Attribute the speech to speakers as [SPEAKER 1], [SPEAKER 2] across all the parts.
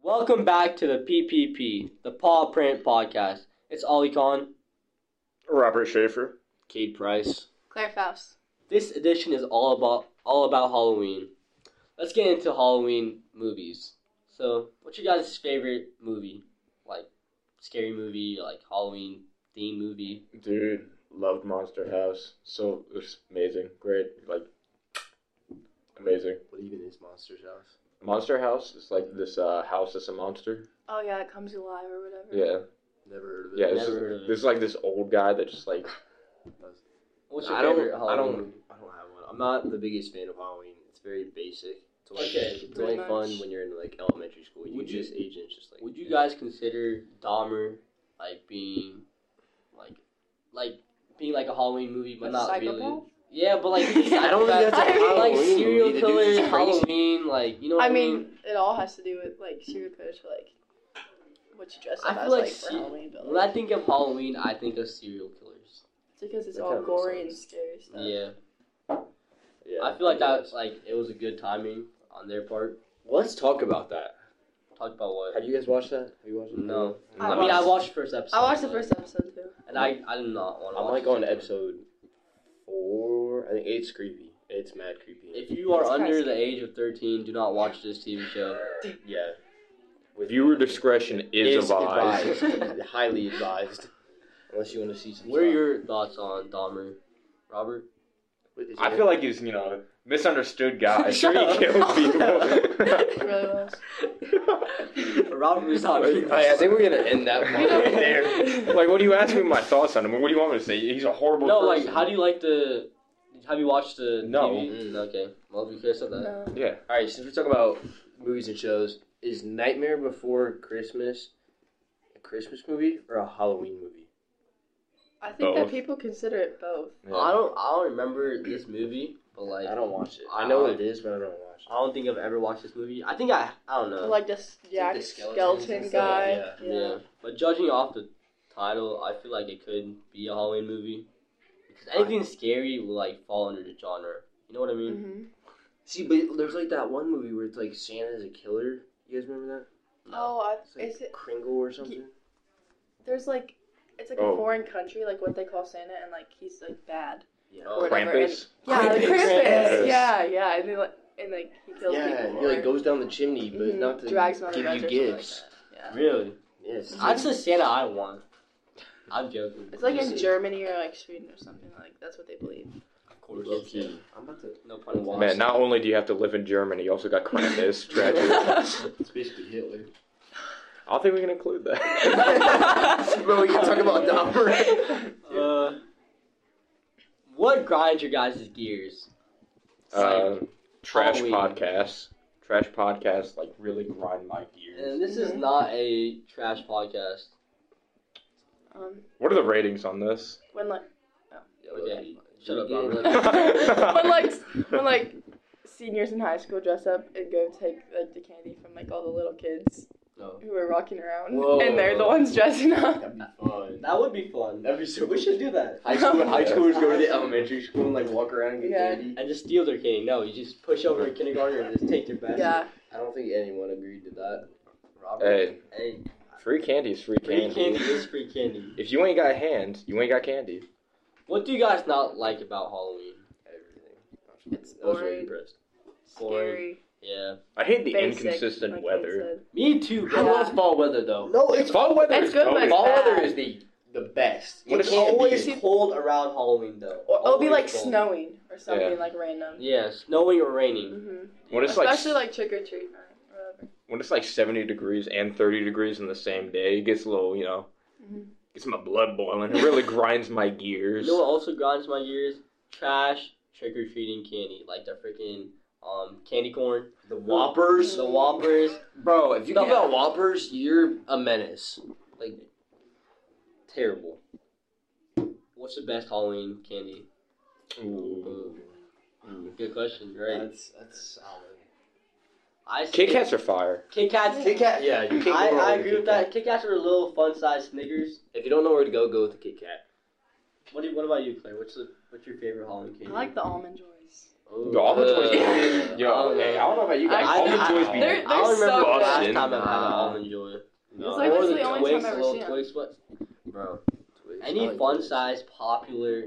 [SPEAKER 1] Welcome back to the PPP, the Paw Print Podcast. It's Ollie Con,
[SPEAKER 2] Robert Schaefer.
[SPEAKER 1] Cade Price.
[SPEAKER 3] Claire Faust.
[SPEAKER 1] This edition is all about all about Halloween. Let's get into Halloween movies. So, what's your guys' favorite movie? Like scary movie, like Halloween theme movie.
[SPEAKER 2] Dude, loved Monster House. So it was amazing. Great. Like, amazing.
[SPEAKER 4] What even is Monster's House?
[SPEAKER 2] Monster House is like this uh, house that's a monster.
[SPEAKER 3] Oh yeah, it comes alive or whatever.
[SPEAKER 2] Yeah.
[SPEAKER 4] Never heard of it.
[SPEAKER 2] Yeah. It's,
[SPEAKER 1] Never heard of it.
[SPEAKER 2] There's like this old guy that just like,
[SPEAKER 4] That's-
[SPEAKER 1] What's your
[SPEAKER 4] I don't.
[SPEAKER 1] favorite
[SPEAKER 4] I
[SPEAKER 1] Halloween?
[SPEAKER 4] don't. I don't have one. I'm not the biggest fan of Halloween. It's very basic. It's only,
[SPEAKER 1] Okay,
[SPEAKER 4] it's
[SPEAKER 3] pretty
[SPEAKER 4] only
[SPEAKER 3] much.
[SPEAKER 4] fun when you're in like elementary school. You
[SPEAKER 1] Would
[SPEAKER 4] would
[SPEAKER 1] you-
[SPEAKER 4] just age in it's just like.
[SPEAKER 1] Would you guys consider Dahmer like being like like being like a Halloween movie, but
[SPEAKER 3] A
[SPEAKER 1] not
[SPEAKER 3] psychopath?
[SPEAKER 1] really? Yeah, but like
[SPEAKER 3] I
[SPEAKER 4] don't
[SPEAKER 1] psychopath-
[SPEAKER 4] think that's
[SPEAKER 3] a
[SPEAKER 1] like
[SPEAKER 4] Halloween
[SPEAKER 1] serial
[SPEAKER 4] movie. The dude
[SPEAKER 1] killers,
[SPEAKER 4] is crazy.
[SPEAKER 1] Halloween, like you know. What
[SPEAKER 3] I mean, it all has to do with like serial killers for like what you dress
[SPEAKER 1] I feel
[SPEAKER 3] up as
[SPEAKER 1] like
[SPEAKER 3] like for
[SPEAKER 1] se-
[SPEAKER 3] Halloween. But
[SPEAKER 1] when
[SPEAKER 3] like,
[SPEAKER 1] I think of Halloween, I think of serial killers.
[SPEAKER 3] it's because it's
[SPEAKER 4] That
[SPEAKER 3] all
[SPEAKER 4] kinda makes
[SPEAKER 3] gory and
[SPEAKER 4] sense.
[SPEAKER 3] scary stuff.
[SPEAKER 1] yeah,
[SPEAKER 4] Uh, Yeah,
[SPEAKER 1] I feel like that,
[SPEAKER 4] guess.
[SPEAKER 1] like it was a good timing on their part.
[SPEAKER 2] let's talk about that.
[SPEAKER 1] Talk about what?
[SPEAKER 4] Have you guys watched that? Have you watched it?
[SPEAKER 1] No.
[SPEAKER 3] I
[SPEAKER 1] I mean, I
[SPEAKER 3] watched-
[SPEAKER 1] watched the first episode.
[SPEAKER 3] I watched the
[SPEAKER 1] like,
[SPEAKER 3] first episode too.
[SPEAKER 1] and I I did not want.
[SPEAKER 4] I'm like on episode four. I think eight's creepy. It's mad creepy.
[SPEAKER 1] If you are
[SPEAKER 3] It's kinda
[SPEAKER 1] under the
[SPEAKER 3] scary.
[SPEAKER 1] age of 13, do not watch this TV show.
[SPEAKER 4] yeah. With
[SPEAKER 2] Viewer discretion is, advised.
[SPEAKER 1] advised.
[SPEAKER 4] Highly advised. Unless you want to see some.
[SPEAKER 1] What are your thoughts on Dahmer, Robert?
[SPEAKER 2] I feel like he's you know misunderstood guy.
[SPEAKER 1] Shut
[SPEAKER 2] he
[SPEAKER 1] up.
[SPEAKER 2] killed
[SPEAKER 3] It really was.
[SPEAKER 2] people.
[SPEAKER 1] Robert was not.
[SPEAKER 4] I, I think we're gonna end that one right there.
[SPEAKER 2] there. Like, what do you ask me my thoughts on him? What do you want me to say? He's a horrible.
[SPEAKER 1] No, like,
[SPEAKER 2] person.
[SPEAKER 1] how do you like the? Have you watched the?
[SPEAKER 2] No.
[SPEAKER 1] TV?
[SPEAKER 4] Mm.
[SPEAKER 1] Okay. Well, you could have said that.
[SPEAKER 3] No.
[SPEAKER 2] Yeah.
[SPEAKER 4] All right, since we're talking about movies and shows, is Nightmare Before Christmas a Christmas movie or a Halloween movie?
[SPEAKER 3] I think that
[SPEAKER 2] Both.
[SPEAKER 3] people consider it both.
[SPEAKER 1] I don't. I don't remember this movie, but like,
[SPEAKER 4] I don't watch it. I
[SPEAKER 1] I-
[SPEAKER 4] know what it is, but I don't watch
[SPEAKER 1] I don't think I've ever watched this movie. I think I. I don't know.
[SPEAKER 3] Like this yeah,
[SPEAKER 4] the skeletons
[SPEAKER 3] skeleton
[SPEAKER 4] and stuff,
[SPEAKER 3] guy.
[SPEAKER 4] yeah.
[SPEAKER 1] yeah. But judging off the title, I feel like it could be a Halloween movie. Because anything scary will like fall under the genre. You know what I mean?
[SPEAKER 3] hmm
[SPEAKER 4] it. See, but there's like that one movie where it's like Santa's a killer. You guys remember that?
[SPEAKER 1] No.
[SPEAKER 3] Oh, I,
[SPEAKER 4] It's like
[SPEAKER 3] is it?
[SPEAKER 4] Kringle or something?
[SPEAKER 3] There's like, it's like
[SPEAKER 2] Oh.
[SPEAKER 3] a foreign country, like what they call Santa, and like he's like bad.
[SPEAKER 4] Yeah.
[SPEAKER 1] Oh,
[SPEAKER 3] whatever,
[SPEAKER 2] Krampus?
[SPEAKER 3] Yeah, like
[SPEAKER 4] Krampus.
[SPEAKER 3] Christmas.
[SPEAKER 2] Krampus.
[SPEAKER 3] Yeah, yeah, and then like, and like he kills
[SPEAKER 4] yeah,
[SPEAKER 3] people.
[SPEAKER 4] he like
[SPEAKER 3] or-
[SPEAKER 4] goes down the chimney, but
[SPEAKER 3] Mhm,
[SPEAKER 4] not to
[SPEAKER 3] drags them on
[SPEAKER 4] give
[SPEAKER 3] the
[SPEAKER 4] you
[SPEAKER 3] bed or
[SPEAKER 4] gifts.
[SPEAKER 3] something Like that. Yeah.
[SPEAKER 1] Really?
[SPEAKER 4] Yes.
[SPEAKER 1] That's the Santa I want. I'm joking.
[SPEAKER 3] It's like in
[SPEAKER 4] Listen.
[SPEAKER 3] Germany or like Sweden or something like that's what they believe.
[SPEAKER 1] of course.
[SPEAKER 4] Low key. I'm about to.
[SPEAKER 1] No pun intended.
[SPEAKER 2] Man, not only do you have to live in Germany, you also got Krampus. Tragic.
[SPEAKER 4] It's basically Hitler.
[SPEAKER 2] I don't think we can include that.
[SPEAKER 4] but we can talk about Dahmer.
[SPEAKER 1] Uh, what grinds your guys' gears?
[SPEAKER 2] uh, trash
[SPEAKER 1] Halloween.
[SPEAKER 2] podcasts. Trash podcasts like really grind my gears.
[SPEAKER 1] And this is not a trash podcast.
[SPEAKER 3] Um,
[SPEAKER 2] What are the ratings on this?
[SPEAKER 3] when like
[SPEAKER 1] Okay. Shut up,
[SPEAKER 4] Really
[SPEAKER 1] Robert.
[SPEAKER 4] good.
[SPEAKER 3] when like when like seniors in high school dress up and go take like the candy from like all the little kids
[SPEAKER 1] No.
[SPEAKER 3] who are walking around
[SPEAKER 4] Oh. Whoa.
[SPEAKER 3] and they're the ones dressing up.
[SPEAKER 4] That'd be fun.
[SPEAKER 1] That would be fun.
[SPEAKER 4] That'd be so.
[SPEAKER 1] We should do that.
[SPEAKER 4] High school, high schoolers go to the elementary school and like walk around and get
[SPEAKER 3] Yeah.
[SPEAKER 4] candy.
[SPEAKER 1] And just steal their candy. No, you just push over a kindergartner and just take their bag.
[SPEAKER 3] Yeah,
[SPEAKER 4] I don't think anyone agreed to that.
[SPEAKER 1] Robert.
[SPEAKER 2] hey,
[SPEAKER 1] Hey.
[SPEAKER 2] free candy is free
[SPEAKER 1] Free
[SPEAKER 2] candy.
[SPEAKER 1] candy is free candy.
[SPEAKER 2] If you ain't got hands, you ain't got candy.
[SPEAKER 1] What do you guys not like about Halloween?
[SPEAKER 4] Everything.
[SPEAKER 3] It's
[SPEAKER 4] I was really
[SPEAKER 3] boring.
[SPEAKER 4] impressed.
[SPEAKER 3] scary.
[SPEAKER 1] Yeah.
[SPEAKER 2] I hate the
[SPEAKER 3] basic,
[SPEAKER 2] inconsistent
[SPEAKER 3] like Kate
[SPEAKER 2] weather.
[SPEAKER 3] said.
[SPEAKER 1] Me too,
[SPEAKER 4] I
[SPEAKER 1] bro.
[SPEAKER 3] I love
[SPEAKER 4] love fall weather though.
[SPEAKER 1] No, it's
[SPEAKER 2] Fall weather
[SPEAKER 3] It's
[SPEAKER 2] is
[SPEAKER 3] good, but
[SPEAKER 2] dope.
[SPEAKER 3] it's
[SPEAKER 4] Fall
[SPEAKER 3] bad.
[SPEAKER 4] weather is the the best.
[SPEAKER 2] When
[SPEAKER 1] It's
[SPEAKER 2] it can't be.
[SPEAKER 1] always cold around Halloween though.
[SPEAKER 3] Or it'll be
[SPEAKER 1] Always
[SPEAKER 3] like
[SPEAKER 1] cold.
[SPEAKER 3] snowing or something
[SPEAKER 2] Yeah.
[SPEAKER 3] like random.
[SPEAKER 1] Yeah, snowing or raining.
[SPEAKER 3] hmm
[SPEAKER 2] When it's like
[SPEAKER 3] Especially like, trick or treat night or whatever.
[SPEAKER 2] when it's like 70 degrees and 30 degrees in the same day, it gets a little, you know,
[SPEAKER 3] Mhm.
[SPEAKER 2] gets my blood boiling. It really grinds my gears.
[SPEAKER 1] You know what also grinds my gears? Trash trick or treating candy, like the freaking um candy corn,
[SPEAKER 4] The
[SPEAKER 1] Whoppers, the Whoppers.
[SPEAKER 4] bro. If you
[SPEAKER 1] No.
[SPEAKER 4] give out whoppers, you're a menace. Like terrible.
[SPEAKER 1] What's the best Halloween candy?
[SPEAKER 2] Ooh.
[SPEAKER 1] Good question, right?
[SPEAKER 4] That's that's solid.
[SPEAKER 1] I
[SPEAKER 2] Kit
[SPEAKER 1] say-
[SPEAKER 2] Kats are fire.
[SPEAKER 1] Kit Kats.
[SPEAKER 4] Kit Kat, yeah, you can't go
[SPEAKER 1] I,
[SPEAKER 4] wrong
[SPEAKER 1] I
[SPEAKER 4] with
[SPEAKER 1] agree
[SPEAKER 4] Kit
[SPEAKER 1] with
[SPEAKER 4] Kat.
[SPEAKER 1] that. Kit Kats are little fun size Snickers.
[SPEAKER 4] If you don't know where to go, go with the Kit Kat.
[SPEAKER 1] What do you, What about you, Claire? What's the What's your favorite Halloween candy?
[SPEAKER 3] I like the almond joys.
[SPEAKER 1] Ooh,
[SPEAKER 2] Yo, I'm a
[SPEAKER 1] uh,
[SPEAKER 2] Twix. Yo,
[SPEAKER 1] I don't
[SPEAKER 2] hey, I
[SPEAKER 1] know.
[SPEAKER 2] don't know about you guys.
[SPEAKER 3] I-
[SPEAKER 2] Almond
[SPEAKER 1] I-
[SPEAKER 2] joys be
[SPEAKER 3] they're-
[SPEAKER 1] I don't remember
[SPEAKER 3] so
[SPEAKER 1] the last
[SPEAKER 2] good.
[SPEAKER 1] time I had an
[SPEAKER 4] Nah.
[SPEAKER 1] almond joy.
[SPEAKER 3] It's like
[SPEAKER 1] Or
[SPEAKER 3] that's the only
[SPEAKER 1] Twix,
[SPEAKER 3] time I've ever
[SPEAKER 1] little
[SPEAKER 3] seen it.
[SPEAKER 1] Twix, what? Bro,
[SPEAKER 4] Twix, I
[SPEAKER 1] any
[SPEAKER 4] like
[SPEAKER 1] fun
[SPEAKER 4] Twix.
[SPEAKER 1] size popular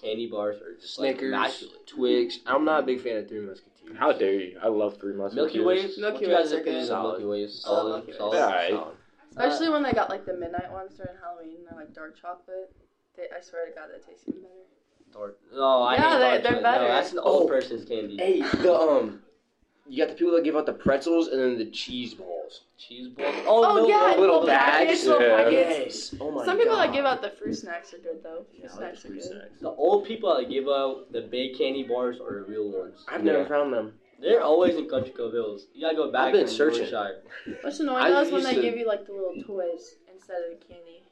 [SPEAKER 1] candy bars are just
[SPEAKER 4] Snickers,
[SPEAKER 1] like immaculate.
[SPEAKER 4] Twix. I'm not a big fan of Three Musketeers.
[SPEAKER 2] How dare you? I love three months.
[SPEAKER 1] Milky Ways. what
[SPEAKER 3] Milky
[SPEAKER 1] do you guys
[SPEAKER 3] Ways are
[SPEAKER 1] think of
[SPEAKER 3] good.
[SPEAKER 1] these
[SPEAKER 4] Solid.
[SPEAKER 1] Milky Ways?
[SPEAKER 3] I love
[SPEAKER 1] Solid,
[SPEAKER 3] Milky Ways.
[SPEAKER 1] solid,
[SPEAKER 2] Alright.
[SPEAKER 1] solid.
[SPEAKER 3] Uh, Especially when they got like the midnight ones during Halloween. They're like dark chocolate. They, I swear to God, that tastes even better.
[SPEAKER 1] Dark- No, I
[SPEAKER 3] Yeah,
[SPEAKER 1] hate dark
[SPEAKER 3] they're- they're
[SPEAKER 1] chocolate.
[SPEAKER 3] better.
[SPEAKER 1] No, that's an old
[SPEAKER 4] Oh.
[SPEAKER 1] person's candy.
[SPEAKER 4] Hey, the um, you got the people that give out the pretzels and then the cheese balls.
[SPEAKER 1] Cheese balls.
[SPEAKER 3] Oh,
[SPEAKER 1] no,
[SPEAKER 3] yeah,
[SPEAKER 1] no,
[SPEAKER 3] and
[SPEAKER 1] little
[SPEAKER 3] little
[SPEAKER 1] bags.
[SPEAKER 3] packets, little
[SPEAKER 2] Yeah.
[SPEAKER 3] packets.
[SPEAKER 4] Oh my
[SPEAKER 3] Some people
[SPEAKER 4] God.
[SPEAKER 3] that give out the fruit snacks are good though. Fruit
[SPEAKER 4] Yeah, I like
[SPEAKER 3] snacks
[SPEAKER 4] the
[SPEAKER 3] are
[SPEAKER 4] fruit
[SPEAKER 3] good.
[SPEAKER 4] snacks.
[SPEAKER 1] The old people that give out the big candy bars are the real ones.
[SPEAKER 4] I've
[SPEAKER 2] Yeah.
[SPEAKER 4] never found them.
[SPEAKER 1] They're always in Country Cove Hills. You gotta go back
[SPEAKER 4] I've been
[SPEAKER 1] to
[SPEAKER 4] searching.
[SPEAKER 1] Yorkshire.
[SPEAKER 3] What's annoying
[SPEAKER 4] I
[SPEAKER 3] though is when
[SPEAKER 4] used
[SPEAKER 3] they
[SPEAKER 4] to-
[SPEAKER 3] give you like the little toys instead of the candy.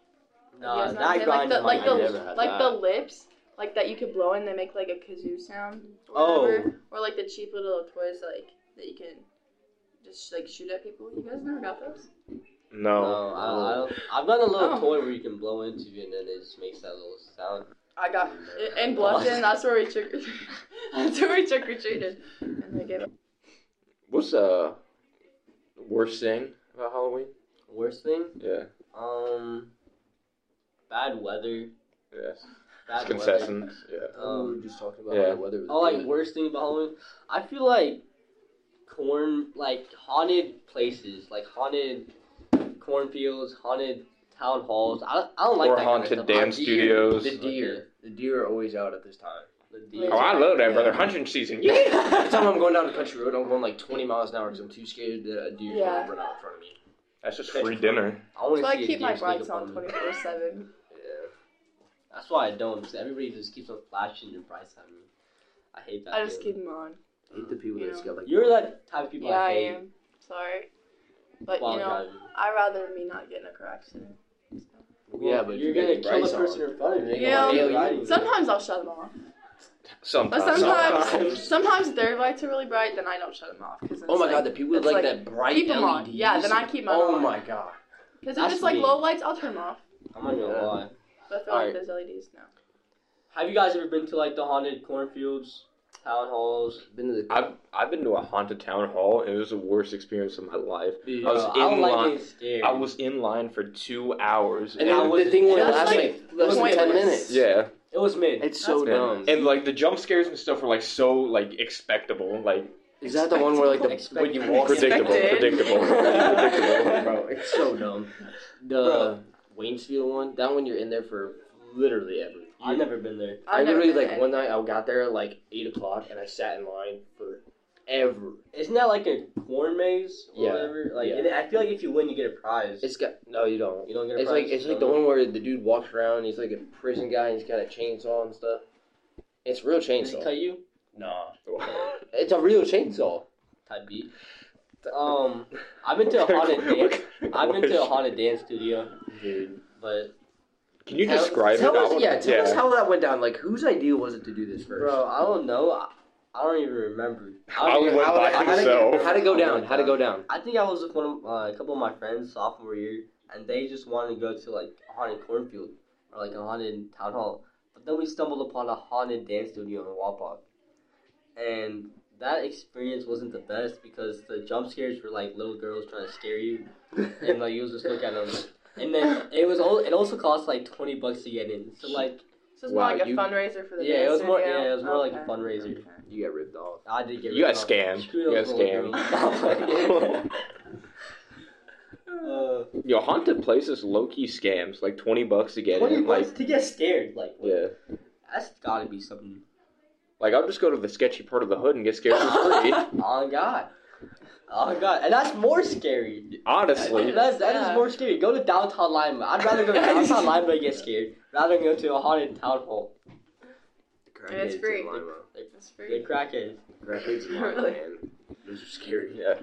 [SPEAKER 1] Nah,
[SPEAKER 3] You guys know
[SPEAKER 1] that
[SPEAKER 3] what I'm
[SPEAKER 1] grinds
[SPEAKER 3] saying?
[SPEAKER 1] my
[SPEAKER 3] like the
[SPEAKER 1] gears.
[SPEAKER 3] like
[SPEAKER 4] never
[SPEAKER 3] the
[SPEAKER 4] had
[SPEAKER 3] like
[SPEAKER 4] that.
[SPEAKER 3] the lips like that you could blow and they make like a kazoo sound. Or
[SPEAKER 1] Oh.
[SPEAKER 3] whatever. Or like the cheap little toys like that you can just like shoot at people. You guys never got those?
[SPEAKER 1] No,
[SPEAKER 2] No.
[SPEAKER 1] I, I don't. I've got a little
[SPEAKER 3] Oh.
[SPEAKER 1] toy where you can blow into and then it just makes that little sound.
[SPEAKER 3] I got in Bluffton. That's where we trick. that's where we trick or treated. And they gave
[SPEAKER 2] What's uh worst thing about Halloween?
[SPEAKER 1] Worst thing?
[SPEAKER 2] Yeah.
[SPEAKER 1] Um, bad weather.
[SPEAKER 2] Yes.
[SPEAKER 1] Bad
[SPEAKER 2] It's
[SPEAKER 1] weather.
[SPEAKER 2] concessions. Yeah.
[SPEAKER 1] Um,
[SPEAKER 4] we were just talking about
[SPEAKER 2] yeah.
[SPEAKER 4] how the weather. Was
[SPEAKER 1] Oh, like
[SPEAKER 4] good.
[SPEAKER 1] worst thing about Halloween? I feel like corn, like haunted places, like haunted cornfields, haunted town halls. I, I don't like
[SPEAKER 2] Or
[SPEAKER 1] that
[SPEAKER 2] haunted
[SPEAKER 1] kind of stuff.
[SPEAKER 2] dance
[SPEAKER 1] Like,
[SPEAKER 2] studios.
[SPEAKER 4] The deer. The deer are always out at this time.
[SPEAKER 1] The
[SPEAKER 3] Yeah.
[SPEAKER 1] deer.
[SPEAKER 2] Oh, I love that, brother. Hunting season.
[SPEAKER 4] Every
[SPEAKER 2] Yeah.
[SPEAKER 4] time I'm going down the country road, I'm going like 20 miles an hour because I'm too scared that a deer's
[SPEAKER 3] Yeah.
[SPEAKER 4] gonna run out in front of me.
[SPEAKER 2] That's just free dinner.
[SPEAKER 1] I want
[SPEAKER 3] So
[SPEAKER 1] to
[SPEAKER 3] I
[SPEAKER 1] see a
[SPEAKER 3] keep my
[SPEAKER 1] deer sneak
[SPEAKER 3] lights
[SPEAKER 1] up
[SPEAKER 3] on
[SPEAKER 1] me.
[SPEAKER 3] twenty four seven.
[SPEAKER 4] Yeah.
[SPEAKER 1] That's why I don't. Because everybody just keeps on flashing their brights at me. I hate that.
[SPEAKER 3] I just
[SPEAKER 1] feeling.
[SPEAKER 3] keep them on.
[SPEAKER 4] Hate the people that's got like.
[SPEAKER 1] You're that type of people
[SPEAKER 3] Yeah,
[SPEAKER 1] I
[SPEAKER 3] I
[SPEAKER 1] hate
[SPEAKER 3] am. Sorry, but
[SPEAKER 1] while
[SPEAKER 3] you know,
[SPEAKER 1] driving.
[SPEAKER 3] I would rather me not get in a car accident.
[SPEAKER 4] Yeah, but
[SPEAKER 1] you're
[SPEAKER 4] you
[SPEAKER 1] gonna
[SPEAKER 4] got your
[SPEAKER 1] kill
[SPEAKER 4] brights
[SPEAKER 1] the person
[SPEAKER 4] on.
[SPEAKER 1] in front of you.
[SPEAKER 3] Yeah.
[SPEAKER 1] Like,
[SPEAKER 4] Yeah,
[SPEAKER 1] you're riding.
[SPEAKER 3] Sometimes I'll shut them off, but
[SPEAKER 2] Sometimes.
[SPEAKER 3] sometimes
[SPEAKER 1] Sometimes.
[SPEAKER 3] sometimes their lights are really bright. Then I don't shut them off. Cause then
[SPEAKER 4] Oh
[SPEAKER 3] it's
[SPEAKER 4] my
[SPEAKER 3] like,
[SPEAKER 4] god, the people with
[SPEAKER 3] it's like,
[SPEAKER 4] like, that bright E
[SPEAKER 3] keep 'em on.
[SPEAKER 4] LEDs.
[SPEAKER 3] Yeah, then I keep mine
[SPEAKER 4] Oh
[SPEAKER 3] on.
[SPEAKER 4] my god.
[SPEAKER 3] Because if
[SPEAKER 1] That's
[SPEAKER 3] it's like
[SPEAKER 1] me.
[SPEAKER 3] low lights, I'll turn them off.
[SPEAKER 1] I'm not gonna
[SPEAKER 4] Yeah.
[SPEAKER 1] lie.
[SPEAKER 3] But if they're
[SPEAKER 4] Alright.
[SPEAKER 3] like those LEDs, no.
[SPEAKER 1] Have you guys ever been to like the haunted cornfields, town halls?
[SPEAKER 4] Been to the.
[SPEAKER 2] I've I've been to a haunted town hall and it was the worst experience of my life. I was
[SPEAKER 1] Bro,
[SPEAKER 2] in
[SPEAKER 1] uh, I don't like
[SPEAKER 2] line-
[SPEAKER 1] getting scared.
[SPEAKER 2] I was in line for two hours.
[SPEAKER 4] and
[SPEAKER 1] I
[SPEAKER 4] then
[SPEAKER 1] was-
[SPEAKER 4] the thing only
[SPEAKER 1] and
[SPEAKER 3] that's,
[SPEAKER 4] lasts
[SPEAKER 3] like,
[SPEAKER 4] like less than
[SPEAKER 3] pointless.
[SPEAKER 4] 10 minutes.
[SPEAKER 2] yeah,
[SPEAKER 1] It was mid.
[SPEAKER 4] It's so
[SPEAKER 2] yeah.
[SPEAKER 4] dumb.
[SPEAKER 2] and like the jump scares and stuff were like so like expectable. Like
[SPEAKER 4] Is that the one where like the
[SPEAKER 1] Expected.
[SPEAKER 4] when you walk in-
[SPEAKER 2] predictable,
[SPEAKER 3] Expected.
[SPEAKER 2] predictable, predictable.
[SPEAKER 4] Bro, it's so dumb. The
[SPEAKER 1] Bro.
[SPEAKER 4] Waynesfield one, that one you're in there for literally ever.
[SPEAKER 1] I've never been there.
[SPEAKER 4] I
[SPEAKER 3] I've never
[SPEAKER 4] literally
[SPEAKER 3] been
[SPEAKER 4] like
[SPEAKER 3] in.
[SPEAKER 4] one night I got there at like eight o'clock and I sat in line for ever.
[SPEAKER 1] Isn't that like a corn maze or
[SPEAKER 4] Yeah,
[SPEAKER 1] whatever? Like,
[SPEAKER 4] yeah.
[SPEAKER 1] and I feel like if you win, you get a prize.
[SPEAKER 4] It's got no, you don't.
[SPEAKER 1] you don't get a
[SPEAKER 4] It's
[SPEAKER 1] prize.
[SPEAKER 4] like it's like the one where the dude walks around. He's like a prison guy. and He's got a chainsaw and stuff. It's real
[SPEAKER 1] Does it
[SPEAKER 4] chainsaw.
[SPEAKER 1] cut you?
[SPEAKER 4] Nah, it's a real chainsaw.
[SPEAKER 1] Type beat. Um, I've been to a haunted dance. I've been to a haunted dance studio,
[SPEAKER 4] Dude,
[SPEAKER 1] but
[SPEAKER 2] Can you
[SPEAKER 4] Tell-
[SPEAKER 2] describe
[SPEAKER 4] tell
[SPEAKER 2] it?
[SPEAKER 4] us-
[SPEAKER 2] Alan?
[SPEAKER 4] yeah, tell us how that went down. Like, whose idea was it to do this first?
[SPEAKER 1] bro, I don't know. I, I don't even remember. I,
[SPEAKER 2] Alan
[SPEAKER 1] don't even-
[SPEAKER 2] went
[SPEAKER 4] how
[SPEAKER 2] by
[SPEAKER 4] did- how did-
[SPEAKER 2] himself.
[SPEAKER 4] How'd it go down? How'd it go down?
[SPEAKER 1] I think I was with one of uh, a couple of my friends sophomore year, and they just wanted to go to like a haunted cornfield or like a haunted town hall. But then we stumbled upon a haunted dance studio in Wapak, and that experience wasn't the best because the jump scares were like little girls trying to scare you, and like you was just look at them. And then it was all. It also cost like twenty bucks to get in. So like
[SPEAKER 3] So it's
[SPEAKER 4] Wow,
[SPEAKER 3] more like a
[SPEAKER 4] you-
[SPEAKER 3] fundraiser for the
[SPEAKER 1] Yeah, it
[SPEAKER 3] dance
[SPEAKER 1] was more-
[SPEAKER 3] studio?
[SPEAKER 1] yeah, it was more like a
[SPEAKER 3] Okay.
[SPEAKER 1] fundraiser.
[SPEAKER 3] Okay.
[SPEAKER 4] You got ripped off.
[SPEAKER 1] I did get.
[SPEAKER 2] You got
[SPEAKER 1] ripped off.
[SPEAKER 2] scammed.
[SPEAKER 1] Screw
[SPEAKER 2] You got
[SPEAKER 1] those little
[SPEAKER 2] scammed.
[SPEAKER 1] girls.
[SPEAKER 2] Yo, haunted places, low key scams. Like twenty bucks to
[SPEAKER 1] uh,
[SPEAKER 2] get
[SPEAKER 1] twenty
[SPEAKER 2] in. Like
[SPEAKER 1] bucks to get scared. Like
[SPEAKER 2] yeah,
[SPEAKER 1] that's gotta be something.
[SPEAKER 2] like I'll just go to the sketchy part of the hood and get scared for free.
[SPEAKER 1] Oh God. Oh God, and that's more scary.
[SPEAKER 2] Honestly,
[SPEAKER 1] That's that is
[SPEAKER 3] Yeah.
[SPEAKER 1] more scary. Go to downtown Lima. I'd rather go to downtown Lima and get scared rather than go to a haunted town hall.
[SPEAKER 3] And it's free. That's
[SPEAKER 1] They
[SPEAKER 3] free.
[SPEAKER 1] crackheads.
[SPEAKER 4] Crackheads in Lima,
[SPEAKER 3] Really?
[SPEAKER 4] man. Those are scary.
[SPEAKER 2] yeah,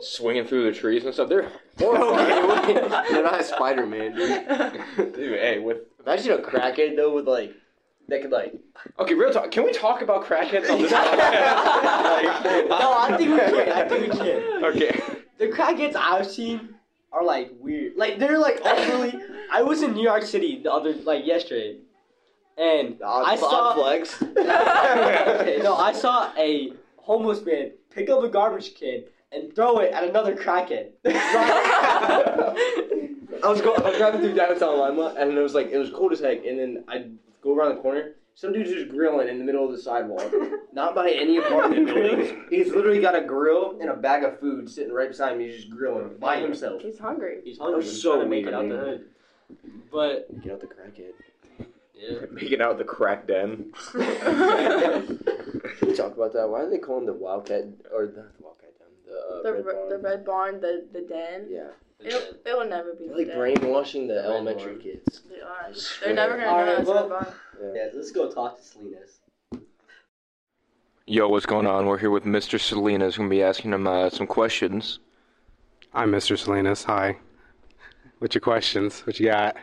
[SPEAKER 2] swinging through the trees and stuff. They're
[SPEAKER 4] Okay,
[SPEAKER 2] horrifying.
[SPEAKER 4] wait, They're not Spider Man, dude.
[SPEAKER 2] Dude, hey, with
[SPEAKER 4] Imagine a crackhead though with like that could like.
[SPEAKER 2] okay, real talk. Can we talk about crackheads on this
[SPEAKER 1] no,
[SPEAKER 2] podcast?
[SPEAKER 1] I think we can. I think we can.
[SPEAKER 2] Okay.
[SPEAKER 1] The crackheads I've seen are like weird. Like they're like overly. I was in New York City the other like yesterday, and
[SPEAKER 4] The odd-
[SPEAKER 1] I
[SPEAKER 4] the odd
[SPEAKER 1] saw-
[SPEAKER 4] flex.
[SPEAKER 1] Okay, no, I saw a homeless man pick up a garbage can and throw it at another crackhead.
[SPEAKER 4] I was going, I was driving through downtown Lima, and it was like it was cold as heck. And then I go around the corner. Some dude's just grilling in the middle of the sidewalk, not by any apartment buildings. He's literally got a grill and a bag of food sitting right beside him. He's just grilling by himself.
[SPEAKER 3] He's hungry.
[SPEAKER 1] He's
[SPEAKER 4] That
[SPEAKER 1] hungry.
[SPEAKER 4] was
[SPEAKER 1] He's
[SPEAKER 4] so
[SPEAKER 1] trying to make it
[SPEAKER 4] weird,
[SPEAKER 1] out the hood. But
[SPEAKER 4] Get out the crackhead.
[SPEAKER 1] yeah,
[SPEAKER 2] Making out the crack den.
[SPEAKER 4] We talked about that. Why do they call him the Wildcat or the Wildcat? Down the uh,
[SPEAKER 3] The
[SPEAKER 4] Red
[SPEAKER 3] re-
[SPEAKER 4] Barn?
[SPEAKER 3] the red barn, the the den.
[SPEAKER 4] Yeah,
[SPEAKER 3] It'll, it'll never be
[SPEAKER 4] they're
[SPEAKER 3] the
[SPEAKER 4] like
[SPEAKER 3] den.
[SPEAKER 4] brainwashing the
[SPEAKER 1] Red
[SPEAKER 4] elementary
[SPEAKER 1] Barn.
[SPEAKER 4] kids.
[SPEAKER 3] They are.
[SPEAKER 4] I
[SPEAKER 3] They're
[SPEAKER 4] swear.
[SPEAKER 3] never gonna
[SPEAKER 1] All
[SPEAKER 3] know
[SPEAKER 1] right,
[SPEAKER 3] it's
[SPEAKER 1] well-
[SPEAKER 3] red barn.
[SPEAKER 1] yeah. Let's go talk to Salinas.
[SPEAKER 2] Yo, what's going on? We're here with Mr. Salinas. Gonna be asking him uh, some questions.
[SPEAKER 5] I'm Mr. Salinas. Hi. What's your questions? What you got?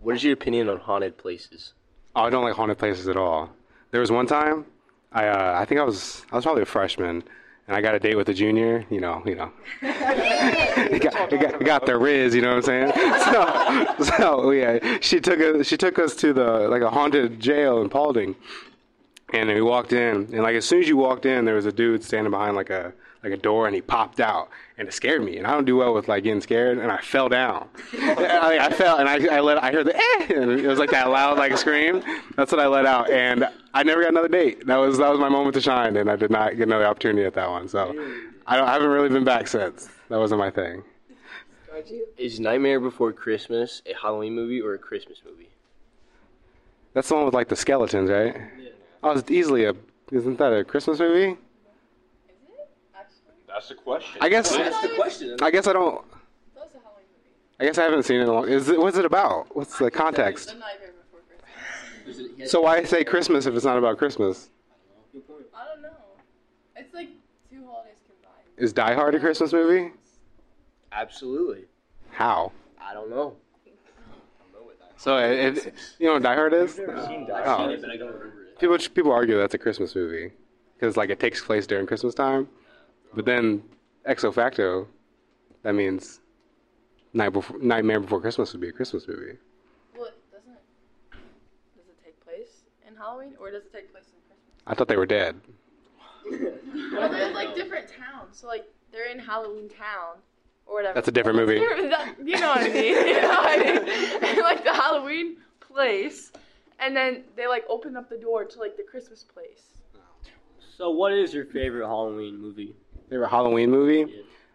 [SPEAKER 4] What is your opinion on haunted places?
[SPEAKER 5] Oh, I don't like haunted places at all. There was one time, I uh, I think I was I was probably a freshman, and I got a date with a junior. You know, you know, It got, it got, it got the riz. You know what I'm saying? So, so yeah, she took us she took us to the like a haunted jail in Paulding, and then we walked in, and like as soon as you walked in, there was a dude standing behind like a like a door, and he popped out, and it scared me. And I don't do well with like getting scared, and I fell down. I, I fell, and I, I let I heard the eh, and it was like that loud like scream. That's what I let out, and I never got another date. That was that was my moment to shine, and I did not get another opportunity at that one. So I, don't, I haven't really been back since. That wasn't my thing.
[SPEAKER 4] Is Nightmare Before Christmas a Halloween movie or a Christmas movie?
[SPEAKER 5] That's the one with like the skeletons, right? I was easily a. Isn't that a Christmas movie?
[SPEAKER 2] That's the question.
[SPEAKER 5] I guess.
[SPEAKER 4] the question.
[SPEAKER 5] I guess I don't. I guess I haven't seen it in a long. Is it? What's it about? What's the context? So why say Christmas if it's not about Christmas?
[SPEAKER 3] I don't know. It's like two holidays combined.
[SPEAKER 5] Is Die Hard a Christmas movie?
[SPEAKER 4] Absolutely.
[SPEAKER 5] How?
[SPEAKER 4] I don't know.
[SPEAKER 5] So it, it, you know what Die Hard is?
[SPEAKER 4] I've seen
[SPEAKER 5] Oh.
[SPEAKER 4] it, but I don't remember it.
[SPEAKER 5] People people argue that's a Christmas movie because like it takes place during Christmas time, but then ex facto, that means night before Nightmare Before Christmas would be a Christmas movie.
[SPEAKER 3] Well, it doesn't. Does it take place in Halloween or does it take place in Christmas?
[SPEAKER 5] I thought they were dead.
[SPEAKER 3] Well, they're in like different towns. So like they're in Halloween Town or whatever.
[SPEAKER 5] That's a different movie.
[SPEAKER 3] That- you know what I mean? You know what I mean? like the Halloween place, and then they like open up the door to like the Christmas place.
[SPEAKER 1] So, what is your favorite Halloween movie?
[SPEAKER 5] favorite Halloween movie.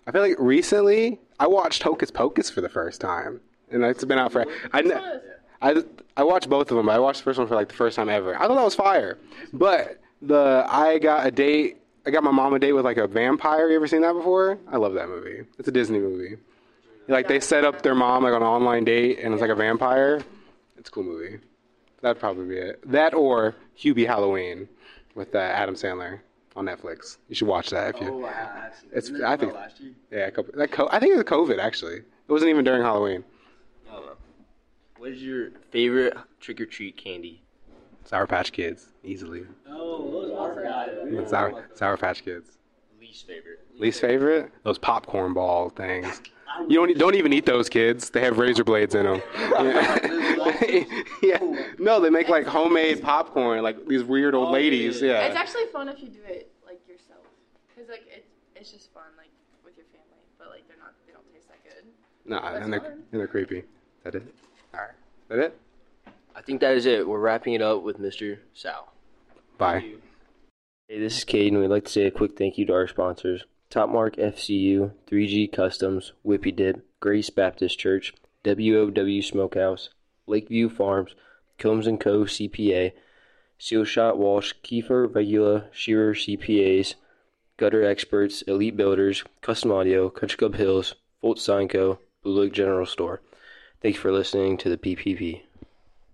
[SPEAKER 5] I feel like recently I watched Hocus Pocus for the first time, and it's been out for. I, kn- I I watched both of them. But I watched the first one for like the first time ever. I thought that was fire. But the I got a date. I got my mom a date with like a vampire. You ever seen that before? I love that movie. It's a Disney movie. Like they set up their mom like on an online date, and it's like a vampire. It's a cool movie. That'd probably be it. That or Hubie Halloween with uh, Adam Sandler on Netflix. You should watch that if you.
[SPEAKER 1] Oh,
[SPEAKER 4] Oh, wow.
[SPEAKER 5] It's- Didn't that I come think- out
[SPEAKER 4] last year.
[SPEAKER 5] Yeah, a couple, that co- I think it was COVID actually. It wasn't even during Halloween.
[SPEAKER 4] What is your favorite trick or treat candy?
[SPEAKER 5] Sour Patch Kids, easily.
[SPEAKER 1] Oh, those are
[SPEAKER 5] Sour, Sour Patch Kids.
[SPEAKER 4] Least favorite.
[SPEAKER 5] Least favorite? Those popcorn ball things. You don't e, don't even eat those kids. They have razor blades in them. Yeah. Yeah. No, they make like homemade popcorn, like these weird old
[SPEAKER 1] Oh,
[SPEAKER 5] ladies.
[SPEAKER 1] yeah.
[SPEAKER 3] It's
[SPEAKER 5] Yeah.
[SPEAKER 3] actually fun if you do it like yourself, cause like it's it's just fun like with your family, but like they're not they don't taste that good.
[SPEAKER 5] No, and they're,
[SPEAKER 3] fun.
[SPEAKER 5] and they're creepy. That it? All right. That it?
[SPEAKER 4] I think that is it. We're wrapping it up with Mr. Sal.
[SPEAKER 5] Bye.
[SPEAKER 4] Hey, this is Caden. We'd like to say a quick thank you to our sponsors Topmark FCU, 3G Customs, Whippy Dip, Grace Baptist Church, WOW Smokehouse, Lakeview Farms, Combs & Co. CPA, Seal Shot Walsh, Kiefer Regula, Shearer CPAs, Gutter Experts, Elite Builders, Custom Audio, Country Club Hills, Volt Sign Co., Blue Lake General Store. Thanks for listening to the PPP.